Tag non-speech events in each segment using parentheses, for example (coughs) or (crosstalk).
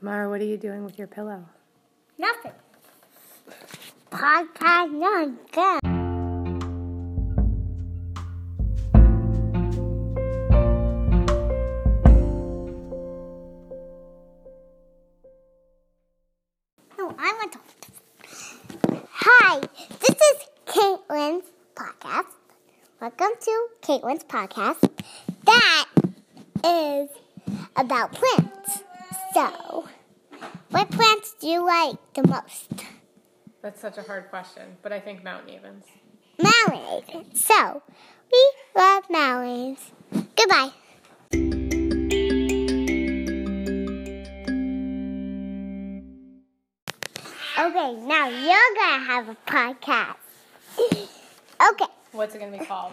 Mara, what are you doing with your pillow? Nothing. Podcast not good. No, I want to. Hi, this is Caitlin's podcast. Welcome to Caitlin's podcast. That is about plants. So, what plants do you like the most? That's such a hard question, but I think Mount Evans. Mallows. So, we love mallows. Goodbye. Okay, now you're gonna have a podcast. Okay, What's it going to be called?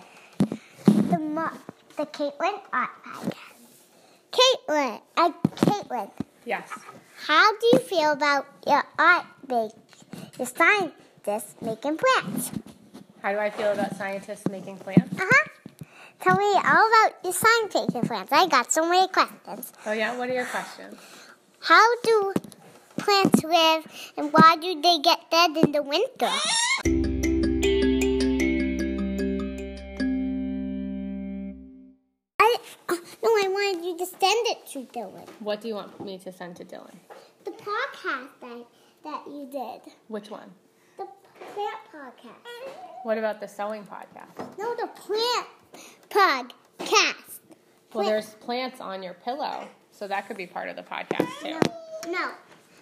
the mo- the Caitlin Art Podcast. Caitlin, uh, Caitlin, (laughs) Yes. how do you feel about your art make your scientists making plants? How do I feel about scientists making plants? Uh huh. Tell me all about your science making plants. I got so many questions. Oh, yeah? What are your questions? How do plants live, and why do they get dead in the winter? I uh, no, I wanted you to send it to Dylan. What do you want me to send to Dylan? The podcast that that you did, Which one? the plant podcast. What about the sewing podcast? No, the plant podcast. Well, Plant- there's plants on your pillow, so that could be part of the podcast, too. No, no.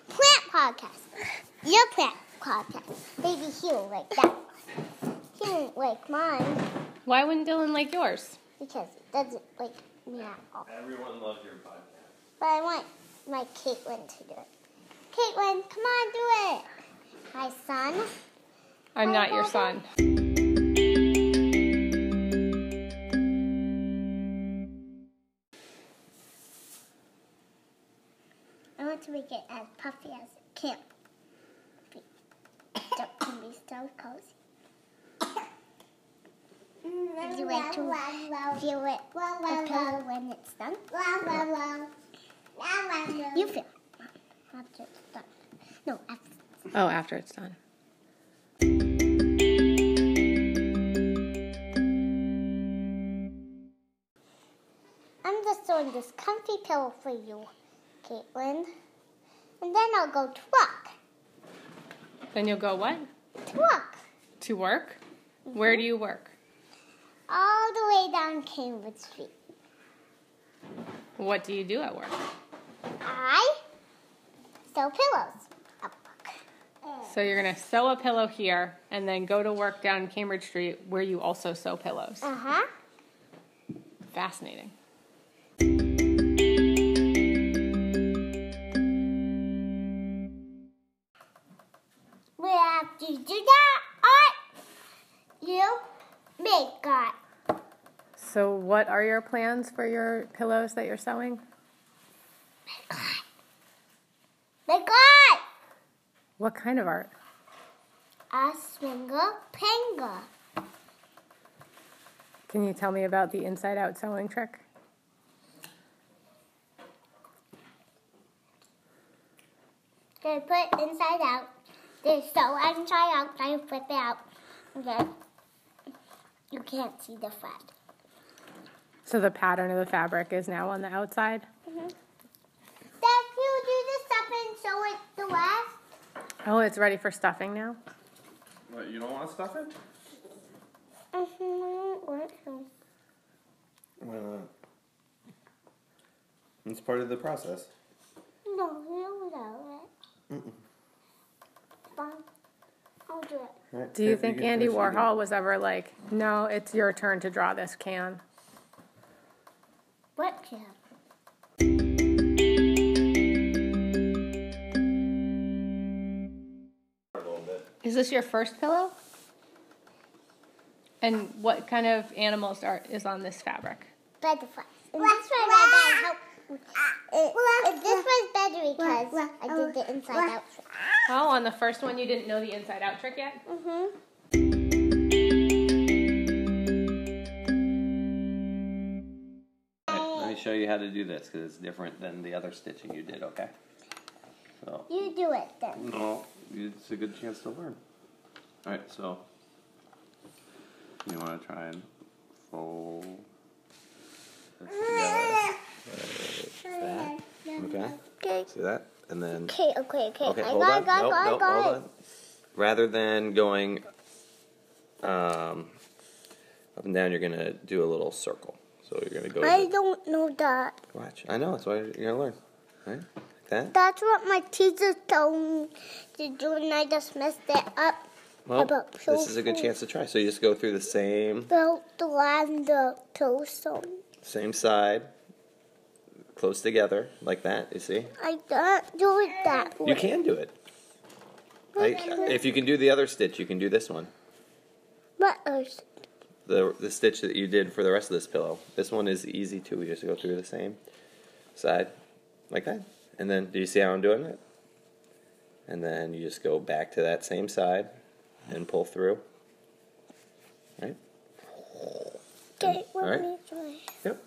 Plant podcast. Your plant podcast. Maybe he will like that one. He didn't like mine Why wouldn't Dylan like yours? because it doesn't like me at all. Everyone loves your podcast. But I want my Caitlin to do it. Caitlin, come on, do it. My son. I'm not your son. I want to make it as puffy as it can. be. That can be so cozy. Would you like to feel it, the pillow when it's done? You feel. After it's done. No, after. Oh, after it's done. I'm just doing this comfy pillow for you, Caitlin. And then I'll go to work. Then you'll go what? To work. To work? Where do you work? All the way down Cambridge Street. What do you do at work? I sew pillows. A book. So you're gonna sew a pillow here and then go to work down Cambridge Street where you also sew pillows. Uh huh. Fascinating. Well, after you do that art, you make art. So what are your plans for your pillows that you're sewing? Make art! What kind of art? A swinger penguin. Can you tell me about the inside out sewing trick? They put it inside out. They sew inside out, then flip it out. And then you can't see the thread. So the pattern of the fabric is now on the outside. Then you do the stuff and sew it the last. Oh, it's ready for stuffing now. What, you don't want to stuff it? Mm-hmm. Why not? It's part of the process. No, you know it. Fine. I'll do it. Right, Do you Tiff, think can Andy finish eating. Warhol was ever like, no, it's your turn to draw this can? What can? A little bit. Is this your first pillow? And what kind of animals are is on this fabric? Butterflies. And this one I got help. It, it, this was better because I did the inside out. Oh, on the first one you didn't know the inside out trick yet? Mm-hmm. Let me show you how to do this because it's different than the other stitching you did, okay? So, You do it then. no, it's a good chance to learn. All right, so you want to try and fold this together. Okay. Okay. See that? And then. Okay, okay, okay. Okay, I hold got on. it, got it, nope, got it, nope, got hold it. on. Rather than going um, up and down, you're going to do a little circle. So you're going to go. I to- don't know that. Watch. I know. That's why you're going to learn. Right? Like that? That's what my teacher told me to do, and I just messed it up. Well, about this is a good purple. chance to try. So you just go through the same Built the land of Tulsa. same side, close together, like that. You see? I don't do it that way. You can do it. I, if you can do the other stitch, you can do this one. What else? the the stitch that you did for the rest of this pillow. This one is easy too. We just go through the same side, like that. And then, do you see how I'm doing it? And then you just go back to that same side and pull through. Right? Okay, Mm, All let right. me try. Yep.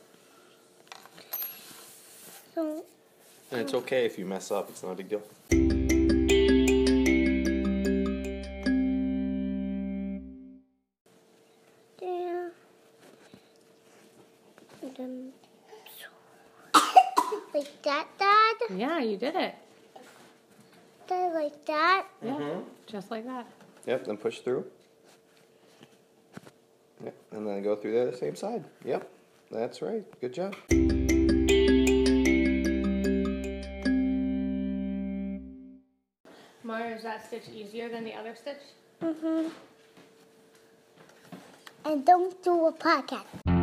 So, And it's okay if you mess up. It's not a big deal. there. And then, (coughs) like that, Dad? Yeah, you did it. Dad, like that? Yeah, just like that. Yep. Then push through. Yep. And then go through the other same side. Yep. That's right. Good job. Mara, is that stitch easier than the other stitch? And don't do a podcast.